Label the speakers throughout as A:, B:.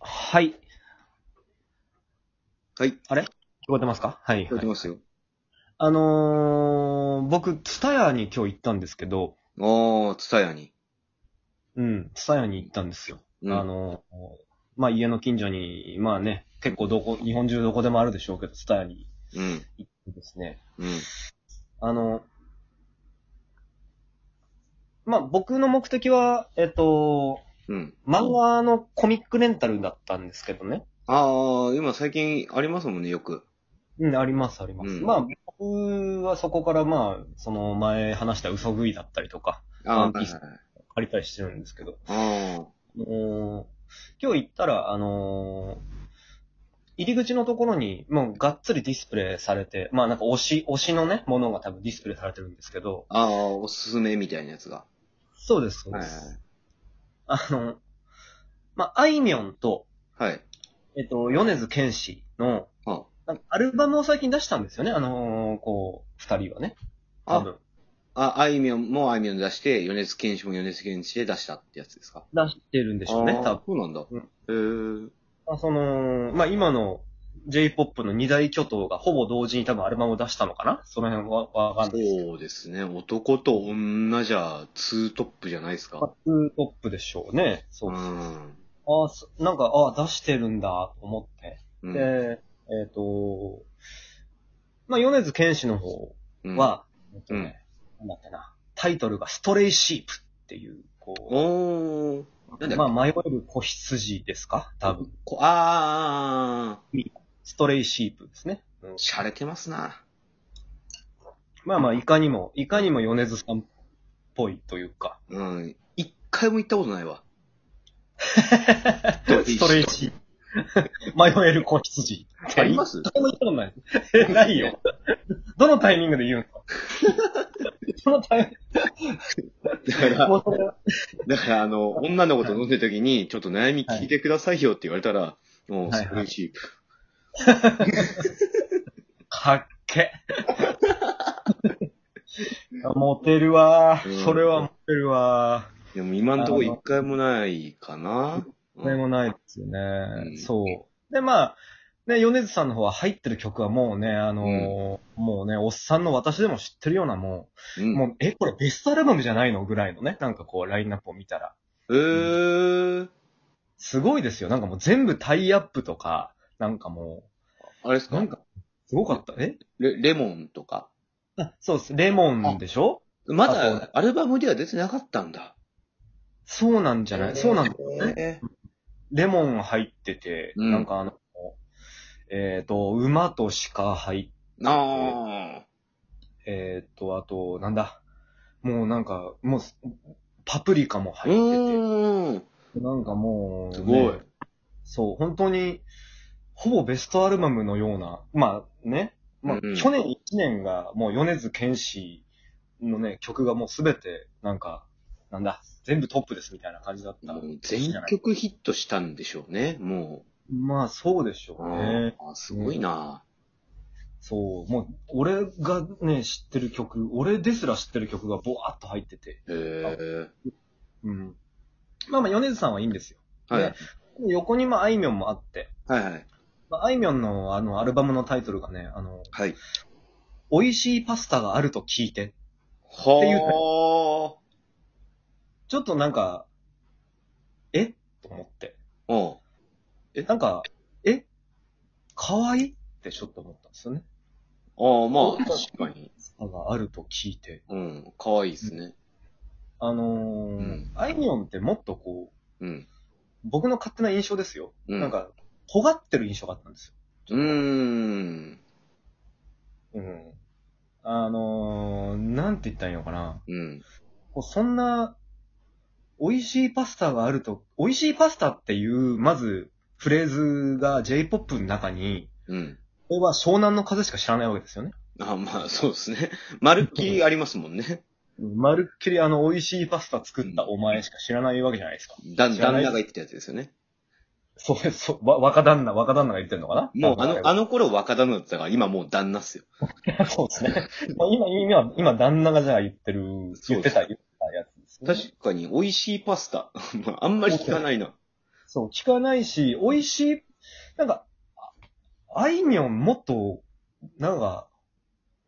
A: はい。聞
B: はい。聞
A: こえてますかはい、
B: こえ
A: は
B: て
A: い。
B: ますよ。
A: あのー、僕、ツタヤに今日行ったんですけど、
B: ああ、ツタヤに。
A: うん、ツタヤに行ったんですよ。
B: うん
A: あのー、まあ、家の近所に、まあね、結構どこ、日本中どこでもあるでしょうけど、ツタヤに
B: うん。
A: 行ってですね。
B: うん。
A: あの、まあ、僕の目的は、えっと、
B: うん。
A: 漫画のコミックレンタルだったんですけどね。
B: ああ、今最近ありますもんね、よく。
A: うん、あります、あります。
B: うん
A: まあ、僕はそこからまあ、その前話した嘘食いだったりとか、
B: ああ、
A: ワ
B: は
A: ン
B: い
A: ピース
B: はいはい
A: 借りたりしてるんですけど、
B: あ
A: もう今日行ったら、あのー入り口のところに、もうがっつりディスプレイされて、まあなんか推し、推しのね、ものが多分ディスプレイされてるんですけど、
B: あ、ああ、おすすめみたいなやつが。
A: そうです、そう
B: は
A: で
B: い
A: す。あの、まあ、あいみょんと、
B: はい。はい。
A: えっと、米津玄師の、
B: あ
A: なんかアルバムを最近出したんですよね、あのーこう、二人はね。多
B: あ、
A: 分。
B: あ、あいみょんもあいみょんで出して、米津玄師も米津玄師で出したってやつですか
A: 出してるんでしょうね、
B: あー
A: 多分。
B: そうなんだ。
A: うん
B: へえ。
A: まあ、その、まあ、今の J-POP の二大巨頭がほぼ同時に多分アルバムを出したのかなその辺はわかんないですけど。
B: そうですね。男と女じゃ、ツートップじゃないです
A: まあ
B: か。
A: ツートップでしょうね。そうう。
B: ん。
A: ああ、そなんか、ああ、出してるんだ、と思って。
B: うん
A: で、えっ、と、まあ、米津玄師の方
B: うん、
A: は、えっとね、なんだっけな、タイトルがストレイシープっていう、こ
B: おー。
A: う、
B: なんだっけ
A: まあ、迷える子羊ですか多分。
B: こああ、
A: ストレイシープですね。うん
B: 洒落てますな。
A: まあまあ、いかにも、いかにも米津さんっぽいというか、
B: うん。一回も行ったことな いわ。
A: ストレージ。 迷える子羊。
B: あります
A: 一回も言ったことない。え、ない よ。どのタイミングで言うんですか そのタイ
B: だか
A: ミング。も
B: ら、
A: うそれは
B: だからあの、女の子と飲んでる時に、ちょっと悩み聞いてくださいよって言われたら、もう、
A: はい
B: ストレージ。
A: かっけ。モテるわ
B: うん
A: ー。それはモテるわ
B: でも今のところ一回もないかな。
A: ー。それ
B: うん
A: もないですよ
B: う
A: ね。
B: ん
A: そう。で、まあ、ね、米津さんの方は入ってる曲はもうね、あのーもうね、おっさんの私でも知ってるようなも
B: う
A: う、
B: ん。
A: もう、え、これベストアルバムじゃないのぐらいのね、なんかこう、ラインナップを見たら。
B: えー、
A: すごいですよ。なんかもう全部タイアップとか、なんかも
B: あれです
A: う、な
B: か
A: んか、すごかった。え
B: レレモンとか。
A: あそうです。レモンでしょ
B: ま
A: あそう
B: だ、アルバムでは出てなかったんだ。
A: そうなんじゃない、そうなん
B: だね。
A: レモン入ってて、
B: うん
A: なんかあの、えっ、と、馬と鹿入っ
B: あ
A: て、えっ、と、あと、なんだ。もうなんか、もう、パプリカも
B: あ。う
A: 入って
B: ーん。
A: て、なんかもう、
B: すごい
A: ね。そう、本当に、ほぼベストアルバムのような、まあね、まあ
B: うんうん、
A: 去年1年がもう米津玄師のね、曲がもうすべて、なんか、なんだ、全部トップですみたいな感じだった。
B: もう全曲ヒットしたんでしょうね、も
A: まあそうでしょ
B: う。
A: うね。
B: あーすごいな、
A: そう、もう俺がね、知ってる曲、俺ですら知ってる曲がボワーっと入ってて、
B: へえ。
A: うん。まあまあ米津さんはいいんですよ。
B: はい、
A: ね横にまああいみょんもあって、
B: はいはい。
A: まああいみょんのあのアルバムのタイトルがね、あの、
B: はい。
A: 美味しいパスタがあると聞いて
B: は
A: ちょっとなんか、えと思って。
B: あ。うん。
A: なんか、え可愛いってちょっと思ったんですよね。
B: ああ、まあ、確かに。
A: 差があると聞いて。
B: うん。かわいいですね。
A: あのー
B: ん
A: あいみょんってもっとこう、
B: うん。
A: 僕の勝手な印象ですよ。
B: うん
A: なんか、尖ってる印象があったんです
B: うーん。
A: よ。うん。あのー、なんて言ったらいいのかな。
B: うん。
A: こうそんな、美味しいパスタがあると、美味しいパスタっていう、まず、フレーズが J-POP の中に、
B: うん。
A: これは湘南の風しか知らないわけですよね。
B: あまあ、そうですね。まるっきりありますもんね。
A: まるっきりあの、美味しいパスタ作ったお前しか知らないわけじゃないですか。
B: だ、
A: 知ら
B: 旦
A: ない
B: 那が言ってたやつですよね。
A: そうです、そう、わ若旦那、若旦那が言ってんのかな
B: もう、あの、あ
A: の、
B: の頃若旦那だったから、今もう旦那っすよ。
A: そうですね。 まあ今、今、今、旦那がじゃあ言ってる、言ってた、言ってたやつですね。
B: 確かに、美味しいパスタ。まああんまり聞かないな。
A: そう、効かないし、美味しい、なんか、ああいみょんもっと、なんか、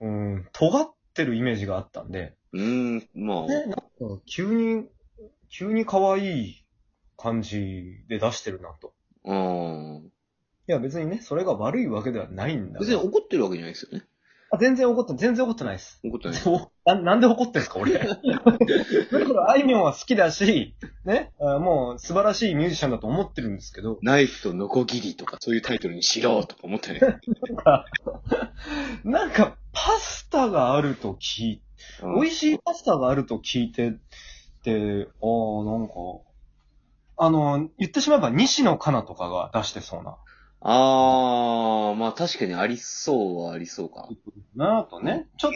A: うん、尖ってるイメージがあったんで、
B: うーん、まあ、
A: ね、なんか急に、急に可愛い感じで出してるなと。
B: うん。
A: いや別にね、それが悪いわけではないんだが。
B: 別に怒ってるわけじゃないですよね。
A: あ全然怒って、全然怒ってないです。
B: 怒ってない。
A: そう ななんで怒ってんすか、 俺。だから、あいみょんは好きだし、ね、あもう素晴らしいミュージシャンだと思ってるんですけど、
B: ナイフとノコギリとか、そういうタイトルにしろとか 思ってね。
A: なんか、パスタがあると聞い美味しいパスタがあると聞いてって、ああ、なんか、あの、言ってしまえば西野カナとかが出してそうな、
B: あー、まあ確かにありそうはありそうか。
A: なあとね、ちょっ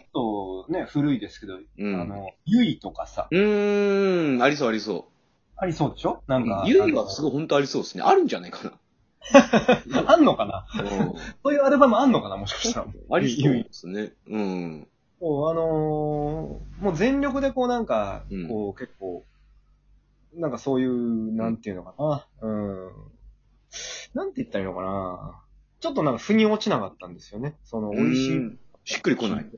A: とね、古いですけど、
B: う
A: あ
B: ん。
A: の、ゆいとかさ、
B: うーん、ありそうありそ
A: ありそうでしょな
B: う。
A: んか。
B: ゆいはすごい本当ありそうですね。あるんじゃないか
A: ああんのかな
B: な。うん
A: そういうアルバムあんのかなもしかしたら。
B: ありそうですね。うん。
A: もう、あのーもう全力でこうなんか
B: うん、
A: こう、結構、なんかそういう、なんていうのかな、うん、なんて言ったらいいのかなちょっとなんか腑に落ちなかったんですよね。その、美味しい。
B: う
A: い
B: ん。しっくりこない。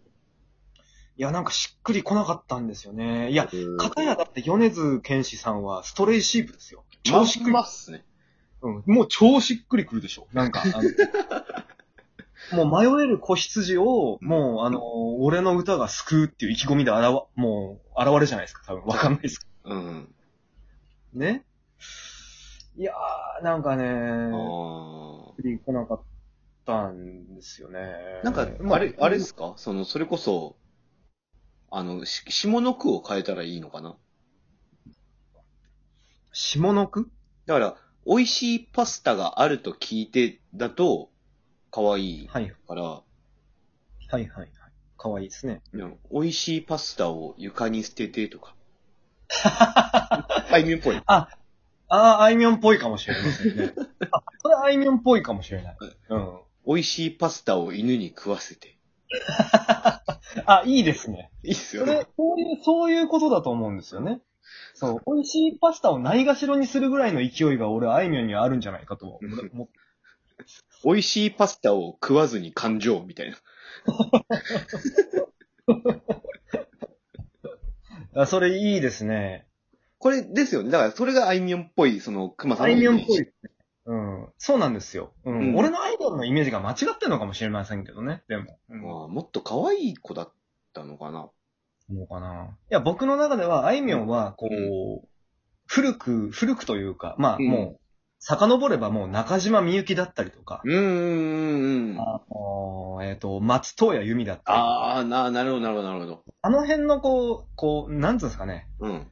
A: や、なんかしっくり来なかったんですよね。いや、
B: うん
A: 片やだって米津玄師さんはストレイシープですよ。
B: ま
A: 超しっくり、
B: まっすね。
A: うん、もう超しっくりくるでしょ。なんか、あの もう迷える子羊を、もうあのー俺の歌が救うっていう意気込みで現、もう、現れじゃないですか、多分。わかんないですけ
B: うん。
A: どね。いやー、なんか
B: あ
A: ね、
B: ー。
A: 来なかったんですよね。
B: なんか、あれ、あれですかその、それこそ、あの、し下の句を変えたらいいのかな
A: 下の句
B: だから、美味しいパスタがあると聞いてだと、可愛い
A: はい、
B: から、
A: はい、はい。かわいいですね。
B: いや美味しいパスタを床に捨てて とか。あいみょんっぽい。
A: あー、あいみょんっぽいかもしれません ね。あ、それあいみょんっぽいかもしれない。うん。
B: 美味しいパスタを犬に食わせて。
A: あ、いいですね。
B: いいっす
A: そ
B: よね
A: れ。、そういう、そういうことだと思うんですよね。そう、美味しいパスタをないがしろにするぐらいの勢いが俺、あいみょんにはあるんじゃないかと。俺も
B: 美味しいパスタを食わずに感情みたいな。
A: あそれいいですね。
B: これですよね。だから、それがあいみょんっぽい、その、熊さん
A: あ
B: の
A: い
B: イ
A: みょん
B: メージ
A: っぽいですね。うん。そうなんですよ。うん。
B: うん
A: 俺のアイドルのイメージが間違ってるのかもしれませんけどね。でも。うん。
B: まあ、もっと可愛い子だったのかな。
A: そうかな。いや、僕の中では、あいみょんは、こう、
B: う
A: 古く、古くというか、まあ、
B: うん
A: もう、遡ればもう中島みゆきだったりとか、
B: うーん。
A: あのえっ、と、松任谷由実だったりとか
B: ああ、な、なるほど、なるほど、なるほど。
A: あの辺のこう、こう、なんつうんですかね。
B: うん。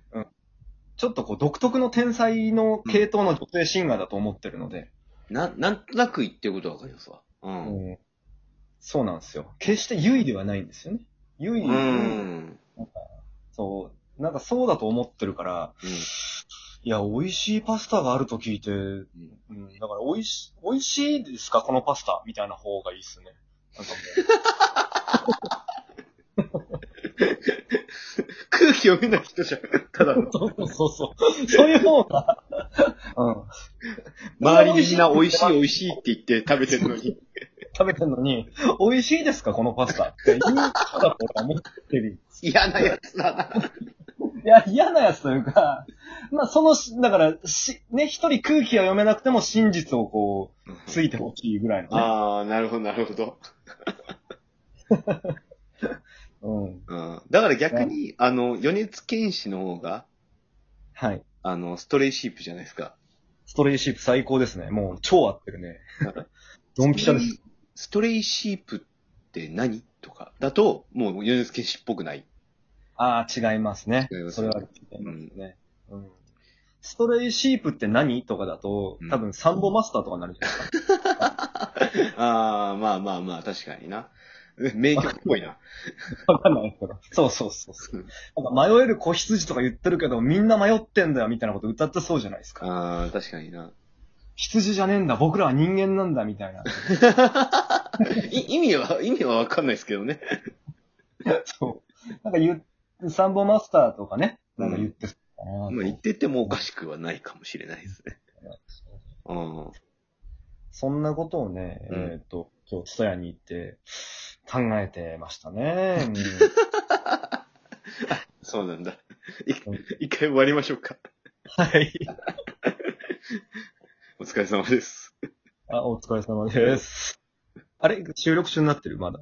A: ちょっとこう、独特の天才の系統の女性シンガーだと思ってるので。
B: な、なんとなく言ってることはわかりますわ。うん。
A: うんそうなんですよ。決して優位ではないんですよね。優位、
B: うん。
A: そう、なんかそうだと思ってるから、
B: うん
A: いや、美味しいパスタがあると聞いて、うん、だから美味し、美味しいですかこのパスタみたいな方がいいですね。なんかもう
B: 空気読めない人じゃん。ただ、
A: そうそうそう。そういう方が、うん。
B: 周りみんな美味しい美味しいって言って食べてるのに。
A: 食べてんのに、美味しいですかこのパスタって言う人だと思ってる。
B: 嫌なやつだな。
A: いや、嫌なやつというか、まあ、そのし、だから、し、ね、一人空気は読めなくても真実をこう、ついてほしいぐらいのね。
B: ああ、なるほど、なるほど。
A: うん。
B: うん。だから逆に、あの、米津玄師の方が、
A: はい。
B: あの、ストレイシープじゃないですか。
A: ストレイシープ最高ですね。もう、超合ってるね。ドンピシャです。
B: ストレイシープって何とか、だと、もう米津玄師っぽくない。
A: ああ、違いますね
B: 違いま。す
A: それは違いますね。うん。ストレイシープって何とかだと
B: うん、
A: 多分サンボマスターとかになるじゃないですか。
B: ああ、まあまあまあ、確かに な。名曲っぽいな。
A: わかんないけど。そうそうそうそう。なんか迷える子羊とか言ってるけど、みんな迷ってんだよみたいなこと歌ってそうじゃないですか。
B: ああ、確かにな。
A: 羊じゃねえんだ、僕らは人間なんだみたいな。
B: い意味は、意味はわかんないですけどね。
A: そう。なんか言う、サンボマスターとかね、なんか言ってそうかなと、
B: まあ、言っててもおかしくはないかもしれないですね。うん。
A: そんなことをね、
B: うん
A: えっ、と、今日、ツタヤに行って、考えてました ね。うん
B: そうなんだ。い一回終わりましょうか。
A: はい。
B: お疲れ様です。
A: あ、お疲れ様です。あれ収録中になってるまだ。